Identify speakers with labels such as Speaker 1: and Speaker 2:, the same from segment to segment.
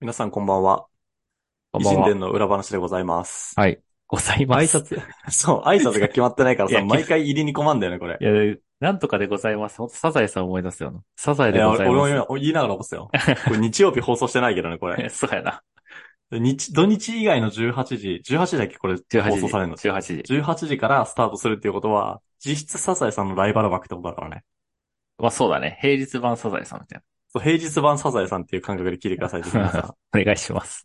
Speaker 1: 皆さんこんばんは。
Speaker 2: こん
Speaker 1: 偉
Speaker 2: ば
Speaker 1: 人
Speaker 2: んは
Speaker 1: 伝の裏話でございます。
Speaker 2: はい。ございま
Speaker 1: 挨
Speaker 2: す。
Speaker 1: 拶、そう、挨拶が決まってないから
Speaker 2: い
Speaker 1: さ、
Speaker 2: や
Speaker 1: 毎回入りに困んだよね、これ。
Speaker 2: いや、なんとかでございます。ほんと、サザエさん思い出すよな。サザエ
Speaker 1: い
Speaker 2: で
Speaker 1: や
Speaker 2: ござ
Speaker 1: 俺
Speaker 2: い
Speaker 1: も
Speaker 2: ま
Speaker 1: 今言いながら思ってたよ。これ日曜日放送してないけどね、これ。
Speaker 2: す。 そうやな。
Speaker 1: 日、土日以外の18時、18時だっけこれ
Speaker 2: 18
Speaker 1: 放
Speaker 2: 時。
Speaker 1: 送されるの。
Speaker 2: 18時。
Speaker 1: 18時からスタートするっていうことは、実質サザエさんのライバル枠ってことだからね。
Speaker 2: まあそうだね。平日版サザエさんみたい
Speaker 1: そう、平日版サザエさんっていう感覚で聞いてください、ぜひ皆さん
Speaker 2: な。お願いします。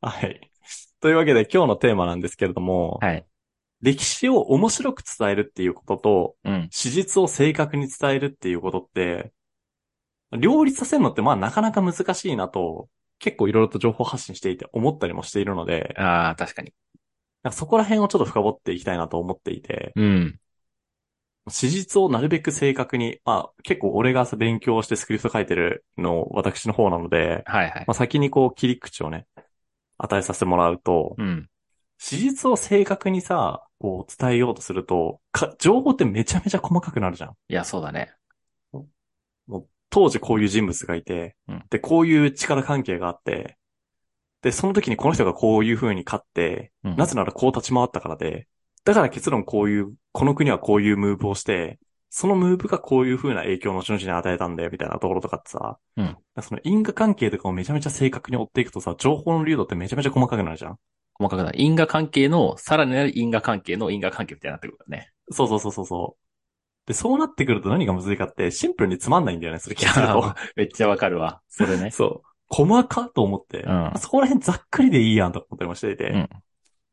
Speaker 1: はい。というわけで今日のテーマなんですけれども、
Speaker 2: はい。
Speaker 1: 歴史を面白く伝えるっていうことと、
Speaker 2: うん。
Speaker 1: 史実を正確に伝えるっていうことって、両立させるのってまあなかなか難しいなと、結構いろいろと情報発信していて思ったりもしているので、
Speaker 2: ああ、確かに。
Speaker 1: なんかそこら辺をちょっと深掘っていきたいなと思っていて、
Speaker 2: うん。
Speaker 1: 史実をなるべく正確に、まあ結構俺がさ勉強してスクリプト書いてるの私の方なので、
Speaker 2: はいはい
Speaker 1: ま。あ先にこう切り口をね、与えさせてもらうと、
Speaker 2: うん。
Speaker 1: 史実を正確にさ、こう伝えようとすると、か情報ってめちゃめちゃ細かくなるじゃん。
Speaker 2: いや、そうだね。
Speaker 1: 当時こういう人物がいて、
Speaker 2: うん
Speaker 1: で、こういう力関係があって、で、その時にこの人がこういう風に勝って、
Speaker 2: うん
Speaker 1: なぜならこう立ち回ったからで、だから結論こういう、この国はこういうムーブをして、そのムーブがこういう風な影響を後々に与えたんだよ、みたいなところとかってさ、
Speaker 2: うん
Speaker 1: その因果関係とかをめちゃめちゃ正確に追っていくとさ、情報の流動ってめちゃめちゃ細かくなるじゃん。
Speaker 2: 細かくなる。因果関係の、さらになる因果関係の因果関係みたいになってくるからね。
Speaker 1: そうそうそうそうそう。で、そうなってくると何がむずいかって、シンプルにつまん ないんだよね、それ聞
Speaker 2: い
Speaker 1: いてると
Speaker 2: や。、めっちゃわかるわ。それね。
Speaker 1: そう。細かと思って、
Speaker 2: うん
Speaker 1: そこら辺ざっくりでいいやんと思ったりもしていて、
Speaker 2: うん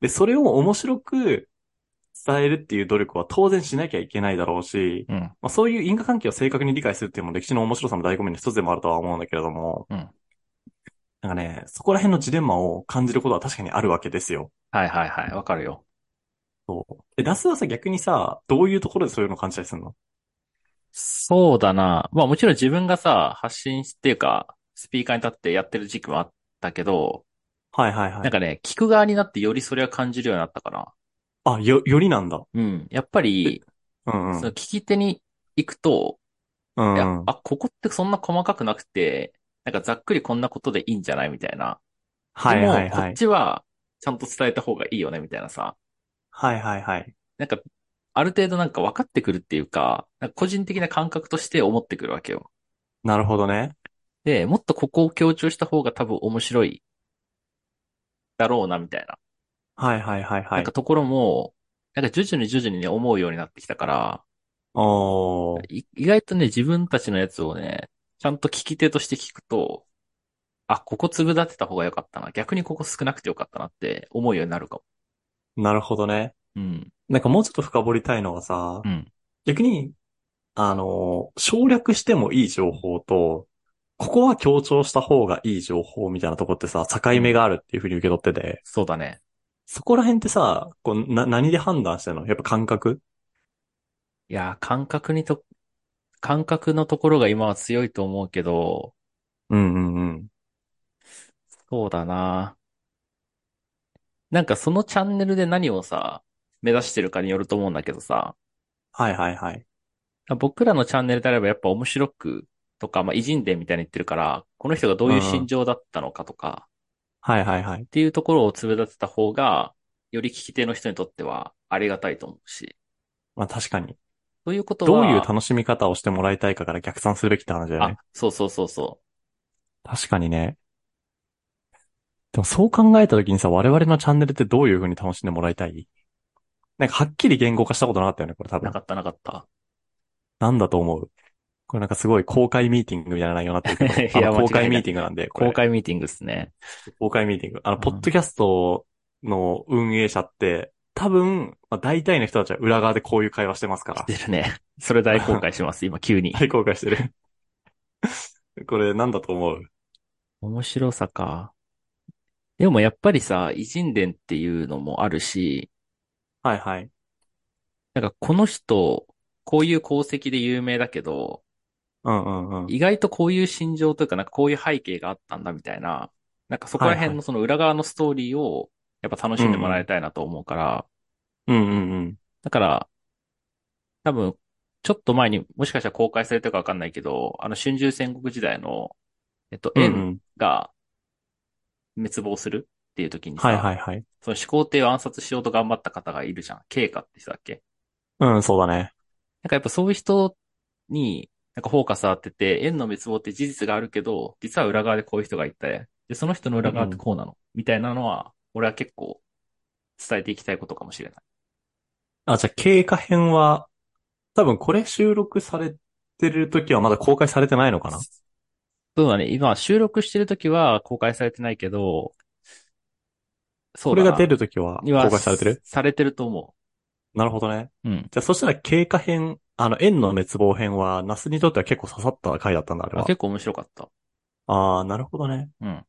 Speaker 1: で、それを面白く伝えるっていう努力は当然しなきゃいけないだろうし、
Speaker 2: うん。
Speaker 1: まあ、そういう因果関係を正確に理解するっていうのも歴史の面白さの醍醐味の一つでもあるとは思うんだけれども、
Speaker 2: うん
Speaker 1: なんかね、そこら辺のジレンマを感じることは確かにあるわけですよ。
Speaker 2: はいはいはい。わかるよ。
Speaker 1: そう。え、ナスはさ、逆にさ、どういうところでそういうのを感じたりするの
Speaker 2: そうだな。まあもちろん自分がさ、発信していうか、スピーカーに立ってやってる時期もあったけど、
Speaker 1: はいはいは
Speaker 2: なん
Speaker 1: い。
Speaker 2: かね、聞く側になってよりそれは感じるようになったかな。
Speaker 1: あ、よ、よりなんだ。
Speaker 2: うん。やっぱり、
Speaker 1: うんうん。
Speaker 2: その聞き手に行くと、
Speaker 1: うん
Speaker 2: いや
Speaker 1: うん。
Speaker 2: あ、ここってそんな細かくなくて、なんかざっくりこんなことでいいんじゃないみたいな。
Speaker 1: はいはい
Speaker 2: でも、こ
Speaker 1: は
Speaker 2: っ
Speaker 1: い。
Speaker 2: ちはちゃんと伝えた方がいいよねみたいなさ。
Speaker 1: はいはいはい。
Speaker 2: なんか、ある程度なんか分かってくるっていうか、なんか個人的な感覚として思ってくるわけよ。
Speaker 1: なるほどね。
Speaker 2: で、もっとここを強調した方が多分面白いだろうな、みたいな。
Speaker 1: はいはいはいは
Speaker 2: なん
Speaker 1: い
Speaker 2: か。ところも、なんか徐々に徐々にね、思うようになってきたから、
Speaker 1: おー。
Speaker 2: い意外とね、自分たちのやつをね、ちゃんと聞き手として聞くと、あ、ここ粒立てた方が良かったな。逆にここ少なくて良かったなって思うようになるかも。
Speaker 1: なるほどね。
Speaker 2: うん。
Speaker 1: なんかもうちょっと深掘りたいのはさ、
Speaker 2: うん。
Speaker 1: 逆に、あのー省略してもいい情報と、ここは強調した方がいい情報みたいなとこってさ、境目があるっていう風に受け取ってて、
Speaker 2: そうだね。
Speaker 1: そこら辺ってさ、こうな何で判断してるのやっぱ感覚
Speaker 2: いやー、感覚にと、感覚のところが今は強いと思うけど、
Speaker 1: うんうんうん。
Speaker 2: そうだな。なんかそのチャンネルで何をさ、目指してるかによると思うんだけどさ、
Speaker 1: はいはいはい。
Speaker 2: 僕らのチャンネルであればやっぱ面白くとか、まあ、偉人伝みたいに言ってるから、この人がどういう心情だったのかとか、
Speaker 1: はいはいはい
Speaker 2: っ。ていうところを粒立てた方が、より聞き手の人にとってはありがたいと思うし、
Speaker 1: まあ確かに。
Speaker 2: ということ
Speaker 1: どう
Speaker 2: は、
Speaker 1: いう楽しみ方をしてもらいたいかから逆算するべきって話だよね
Speaker 2: あ。、そうそうそうそ
Speaker 1: 確かにね。でもそう考えた時にさ、我々のチャンネルってどういう風に楽しんでもらいたいなんかはっきり言語化したことなかったよね、これ多
Speaker 2: う。な
Speaker 1: 分。
Speaker 2: かったなかった。
Speaker 1: なんだと思うこれなんかすごい公開ミーティングみたいな内容になってるけ
Speaker 2: い
Speaker 1: ど、あ
Speaker 2: や
Speaker 1: の
Speaker 2: 間違いない
Speaker 1: 公開ミーティングなんで、これ
Speaker 2: 公開ミーティングですね。
Speaker 1: 公開ミーティング。あの、
Speaker 2: うん
Speaker 1: ポッドキャストの運営者って、多分、まあ、大体の人たちは裏側でこういう会話してますから。
Speaker 2: 出るね。それ大公開します、今急に。
Speaker 1: 大公開してる。これなんだと思う
Speaker 2: 面白さか。でもやっぱりさ、偉人伝っていうのもあるし、
Speaker 1: はいはい。
Speaker 2: なんかこの人、こういう功績で有名だけど、
Speaker 1: うんうんうん。
Speaker 2: 意外とこういう心情というか、なんかこういう背景があったんだみたいな、なんかそこら
Speaker 1: はい
Speaker 2: 辺
Speaker 1: は
Speaker 2: のその裏側のストーリーをやっぱ楽しんでもらいたいなと思うから、
Speaker 1: うんうんうん。
Speaker 2: だから、多分、ちょっと前にもしかしたら公開されたかわかんないけど、あの春秋戦国時代の、えっと、
Speaker 1: うんう
Speaker 2: 円
Speaker 1: ん。
Speaker 2: が、滅亡するっていう時にさ、
Speaker 1: はいはいはい。
Speaker 2: その始皇帝を暗殺しようと頑張った方がいるじゃん。慶華って人だっけ
Speaker 1: うん、そうだね。
Speaker 2: なんかやっぱそういう人に、なんかフォーカス当てて、縁の滅亡って事実があるけど、実は裏側でこういう人がいて、で、その人の裏側ってこうなの、みたいなのは、俺は結構伝えていきたいことかもしれない。
Speaker 1: あ、じゃあ経過編は、多分これ収録されてる時はまだ公開されてないのかな
Speaker 2: そうだね。今収録してる時は公開されてないけど、そ
Speaker 1: こ
Speaker 2: うだ
Speaker 1: れ
Speaker 2: な
Speaker 1: が出る時は公開されて
Speaker 2: 今
Speaker 1: る
Speaker 2: されてると思
Speaker 1: なるほどね。
Speaker 2: う。うん。
Speaker 1: じゃあそしたら経過編、あの、縁の滅亡編は、ナスにとっては結構刺さった回だったんだ、あれ
Speaker 2: あ
Speaker 1: は。
Speaker 2: 結構面白かった。
Speaker 1: ああ、なるほどね。
Speaker 2: うん。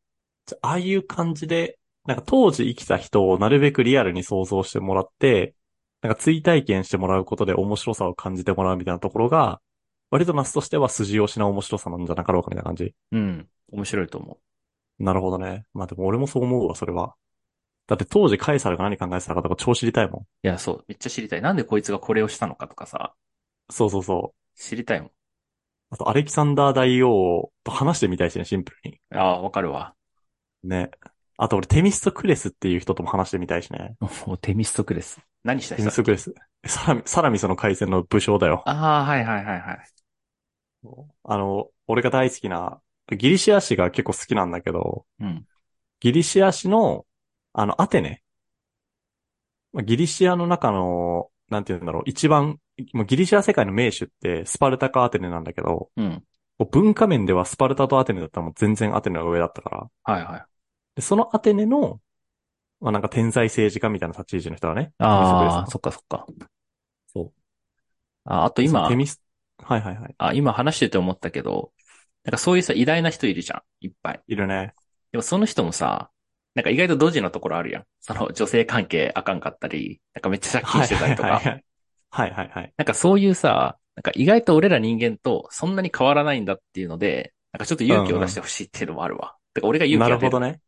Speaker 1: じゃあ、ああいう感じで、なんか当時生きた人をなるべくリアルに想像してもらって、なんか追体験してもらうことで面白さを感じてもらうみたいなところが、割とナスとしては筋押しな面白さなんじゃなかろうかみたいな感じ。
Speaker 2: うん。面白いと思
Speaker 1: なるほどね。まあでも俺もそう思うわ、それは。だって当時カエサルが何考えてたかとか超知りたいもん。
Speaker 2: う。いや、そう。めっちゃ知りたい。なんでこいつがこれをしたのかとかさ、
Speaker 1: そうそうそう。
Speaker 2: 知りたいもん。
Speaker 1: あとアレキサンダー大王と話してみたいしね、シンプルに。
Speaker 2: ああ、わかるわ。
Speaker 1: ね。あと俺テミストクレスっていう人とも話してみたいしね。
Speaker 2: もうテミストクレス。何した
Speaker 1: テ
Speaker 2: 人
Speaker 1: ミ
Speaker 2: だ
Speaker 1: ストクレス。サラミ、サラミスの海戦の武将だよ。
Speaker 2: ああ、はいはいはいはい。
Speaker 1: あの、俺が大好きな、ギリシア史が結構好きなんだけど、
Speaker 2: うん。
Speaker 1: ギリシア史の、あの、アテネ。まあギリシアの中の、なんて言うんだろう、一番、もうギリシア世界の名手ってスパルタかアテネなんだけど、
Speaker 2: うん。
Speaker 1: こう文化面ではスパルタとアテネだったらもう全然アテネが上だったから。
Speaker 2: はいはい。
Speaker 1: で、そのアテネの、まあ、なんか天才政治家みたいな立ち位置の人はね。
Speaker 2: ああ、
Speaker 1: そ
Speaker 2: そっかそっか。
Speaker 1: そう。
Speaker 2: ああと
Speaker 1: う。
Speaker 2: 今
Speaker 1: テ、ミス、はいはいはい。
Speaker 2: あ、今話してて思ったけど、なんかそういうさ、偉大な人いるじゃん。いっぱい。
Speaker 1: いるね。
Speaker 2: でもその人もさ、なんか意外とドジなところあるやん。その女性関係あかんかったり、なんかめっちゃ借金
Speaker 1: はい
Speaker 2: してた
Speaker 1: は
Speaker 2: り
Speaker 1: い
Speaker 2: と
Speaker 1: はいは
Speaker 2: か。
Speaker 1: い。はいはいはい。
Speaker 2: なんかそういうさ、なんか意外と俺ら人間とそんなに変わらないんだっていうので、なんかちょっと勇気を出してほしいっていうのもあるわ。てか俺が勇
Speaker 1: な
Speaker 2: 気
Speaker 1: る
Speaker 2: が出
Speaker 1: ほ
Speaker 2: る。
Speaker 1: どね。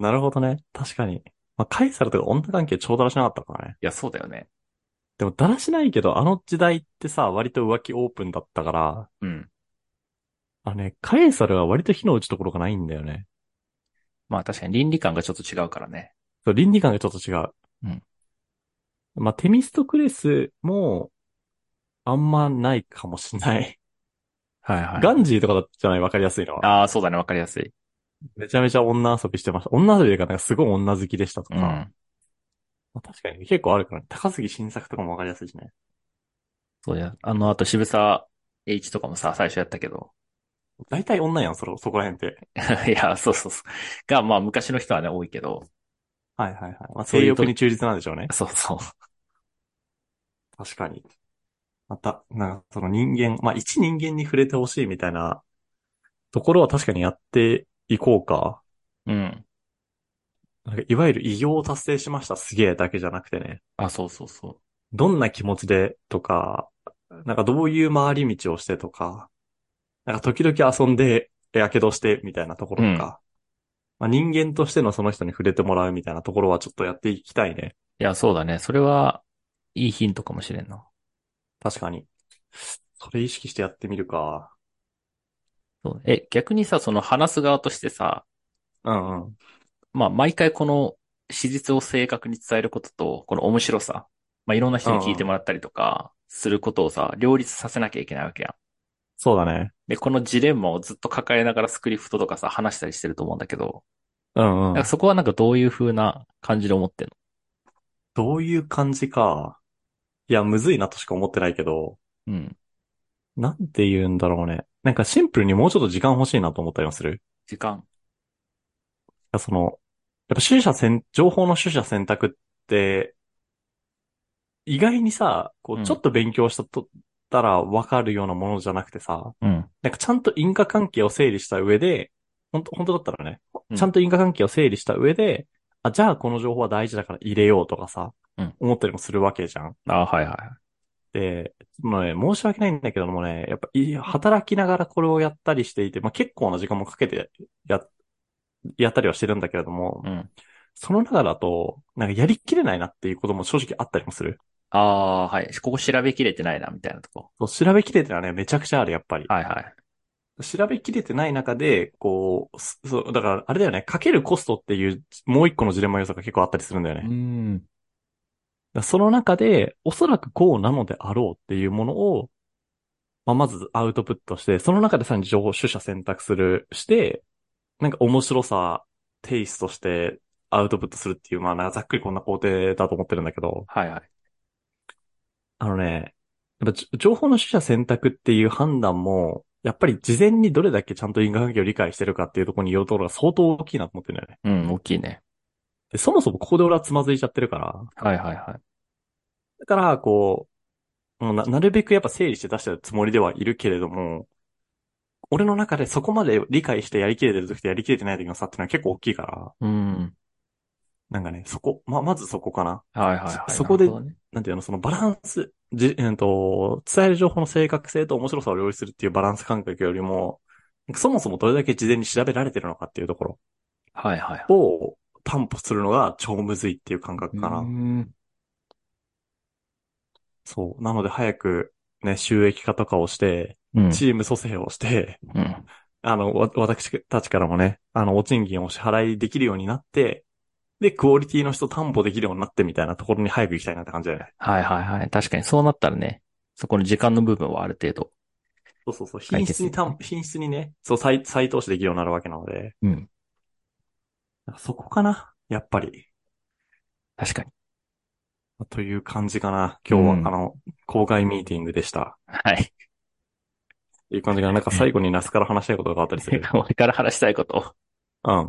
Speaker 1: なるほどね。確かに。まあ、カエサルとか女関係超だらしなかったからね。
Speaker 2: いや、そうだよね。
Speaker 1: でもだらしないけど、あの時代ってさ、割と浮気オープンだったから、
Speaker 2: うん。
Speaker 1: あのね、カエサルは割と火の打ちところがないんだよね。
Speaker 2: まあ確かに倫理観がちょっと違うからね。
Speaker 1: そう、倫理観がちょっと違う。
Speaker 2: うん。
Speaker 1: まあ、テミストクレスも、あんまないかもしんない。
Speaker 2: はいは
Speaker 1: ガンジーとかだったじゃない、わかりやすいのは。
Speaker 2: ああ、そうだね、わかりやすい。
Speaker 1: めちゃめちゃ女遊びしてました。女遊びというか、なんかすごい女好きでしたとか。
Speaker 2: うん。
Speaker 1: まあ確かに結構あるから、ね、高杉晋作とかもわかりやすいしね。
Speaker 2: そうや。あの、あと渋沢栄一とかもさ、最初やったけど。
Speaker 1: 大体女やん、それ、そこら辺って。
Speaker 2: いや、そうそうそう。が、まあ昔の人はね、多いけど。
Speaker 1: はいはいはい。まあ、
Speaker 2: そう
Speaker 1: 性
Speaker 2: いうと
Speaker 1: 欲に忠実なんでしょうね。
Speaker 2: そうそう。
Speaker 1: 確かに。また、なんかその人間、まあ一人間に触れてほしいみたいなところは確かにやっていこうか。
Speaker 2: うん。
Speaker 1: なんかいわゆる偉業を達成しましたすげえだけじゃなくてね。
Speaker 2: あ、そうそうそ
Speaker 1: どんな気持ちでとか、なんかどういう回り道をしてとか、なんか時々遊んで、やけどしてみたいなところとか、まあ人間としてのその人に触れてもらうみたいなところはちょっとやっていきたいね。
Speaker 2: う。いや、そうだね。それは、いいヒントかもしれんな。
Speaker 1: 確かに。それ意識してやってみるか。
Speaker 2: そうえ、逆にさ、その話す側としてさ、
Speaker 1: うんうん。
Speaker 2: まあ毎回この史実を正確に伝えることと、この面白さ、まあいろんな人に聞いてもらったりとか、することをさ、両立させなきゃいけないわけやん。
Speaker 1: そうだね。
Speaker 2: で、このジレンマをずっと抱えながらスクリプトとかさ、話したりしてると思うんだけど、
Speaker 1: うんう
Speaker 2: なん
Speaker 1: ん
Speaker 2: か。そこはなんかどういう風な感じで思ってんの
Speaker 1: どういう感じか。いや、むずいなとしか思ってないけど、
Speaker 2: うん。
Speaker 1: なんて言うんだろうね。なんかシンプルにもうちょっと時間欲しいなと思ったりもする。い
Speaker 2: 時間。
Speaker 1: やその、やっぱ取捨選、情報の取捨選択って、意外にさ、こ
Speaker 2: う
Speaker 1: う、
Speaker 2: ん
Speaker 1: ちょっと勉強したとったらわかるようなものじゃなくてさ、
Speaker 2: うん。
Speaker 1: なんかちゃんと因果関係を整理した上で、本当本当だったらね
Speaker 2: う、ん
Speaker 1: ちゃんと因果関係を整理した上で、あ、じゃあこの情報は大事だから入れようとかさ、
Speaker 2: うん
Speaker 1: 思ったりもするわけじゃん。
Speaker 2: あはいはい。
Speaker 1: で、もうね、申し訳ないんだけどもね、やっぱい、働きながらこれをやったりしていて、まあ、結構な時間もかけてや、やったりはしてるんだけれども、
Speaker 2: うん。
Speaker 1: その中だと、なんかやりきれないなっていうことも正直あったりもする。
Speaker 2: ああ、はい。ここ調べきれてないな、みたいなとこ。
Speaker 1: そう調べきれてるのはね、めちゃくちゃある、やっぱり。
Speaker 2: はいはい。
Speaker 1: 調べきれてない中で、こう、すそう、だから、あれだよね、かけるコストっていう、もう一個のジレンマ要素が結構あったりするんだよね。
Speaker 2: うん。
Speaker 1: だからその中で、おそらくこうなのであろうっていうものを、まあ、まずアウトプットして、その中でさらに情報取捨選択する、して、なんか面白さ、テイストしてアウトプットするっていう、まあ、なんかざっくりこんな工程だと思ってるんだけど、
Speaker 2: はいはい。
Speaker 1: あのね、やっぱじ情報の取捨選択っていう判断も、やっぱり事前にどれだけちゃんと因果関係を理解してるかっていうところに言うところが相当大きいなと思ってるんだよね。
Speaker 2: うん、大きいね。
Speaker 1: でそもそもここで俺はつまずいちゃってるから、
Speaker 2: はいはいはい。
Speaker 1: だから、こう、もうな、なるべくやっぱ整理して出したつもりではいるけれども、俺の中でそこまで理解してやりきれてる時とやりきれてない時の差っていうのは結構大きいから、
Speaker 2: うん。
Speaker 1: なんかね、そこ、ま、まずそこかな。
Speaker 2: はいはいはい。
Speaker 1: そそこで
Speaker 2: なるほどね
Speaker 1: なんていうの、そのバランス、じ、えっと、伝える情報の正確性と面白さを両立するっていうバランス感覚よりも、そもそもどれだけ事前に調べられてるのかっていうとこ
Speaker 2: はいはいはい。
Speaker 1: ろを担保するのが超むずいっていう感覚かな。
Speaker 2: うん。
Speaker 1: そう。なので早く、ね、収益化とかをして、
Speaker 2: うん。
Speaker 1: チーム蘇生をして、
Speaker 2: うん
Speaker 1: あの、わ、私たちからもね、あの、お賃金をお支払いできるようになって、で、クオリティの人担保できるようになってみたいなところに早く行きたいなって感じだよね。
Speaker 2: はいはいはい。確かにそうなったらね、そこの時間の部分はある程度。
Speaker 1: そうそうそう。
Speaker 2: 解
Speaker 1: 品
Speaker 2: 決
Speaker 1: 質に担、品質にね、そう、再、再投資できるようになるわけなので、
Speaker 2: うん。
Speaker 1: そこかなやっぱり。
Speaker 2: 確かに。
Speaker 1: という感じかな。今日は、
Speaker 2: うん
Speaker 1: あの、公開ミーティングでした。
Speaker 2: はい。。
Speaker 1: っていう感じ が、なんか最後にナスから話したいことがあったりする
Speaker 2: 俺から話したいこと。
Speaker 1: うん。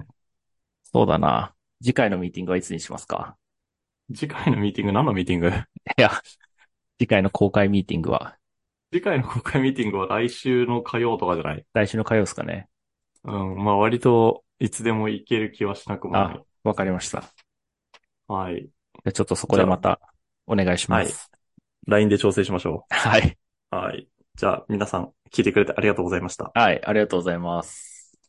Speaker 2: そうだな。次回のミーティングはいつにしますか
Speaker 1: 次回のミーティング、何のミーティング
Speaker 2: いや、次回の公開ミーティングは、
Speaker 1: 次回の公開ミーティングは来週の火曜とかじゃない
Speaker 2: 来週の火曜ですかね。
Speaker 1: うん。まあ、割と、いつでも行ける気はしなくもない
Speaker 2: あ、わかりました。じ
Speaker 1: はい。
Speaker 2: ゃあちょっとそこでまたお願いします。
Speaker 1: LINE で調整しましょ
Speaker 2: はい。
Speaker 1: う。はい。じゃあ、皆さん、聞いてくれてありがとうございました。
Speaker 2: はい、ありがとうございます。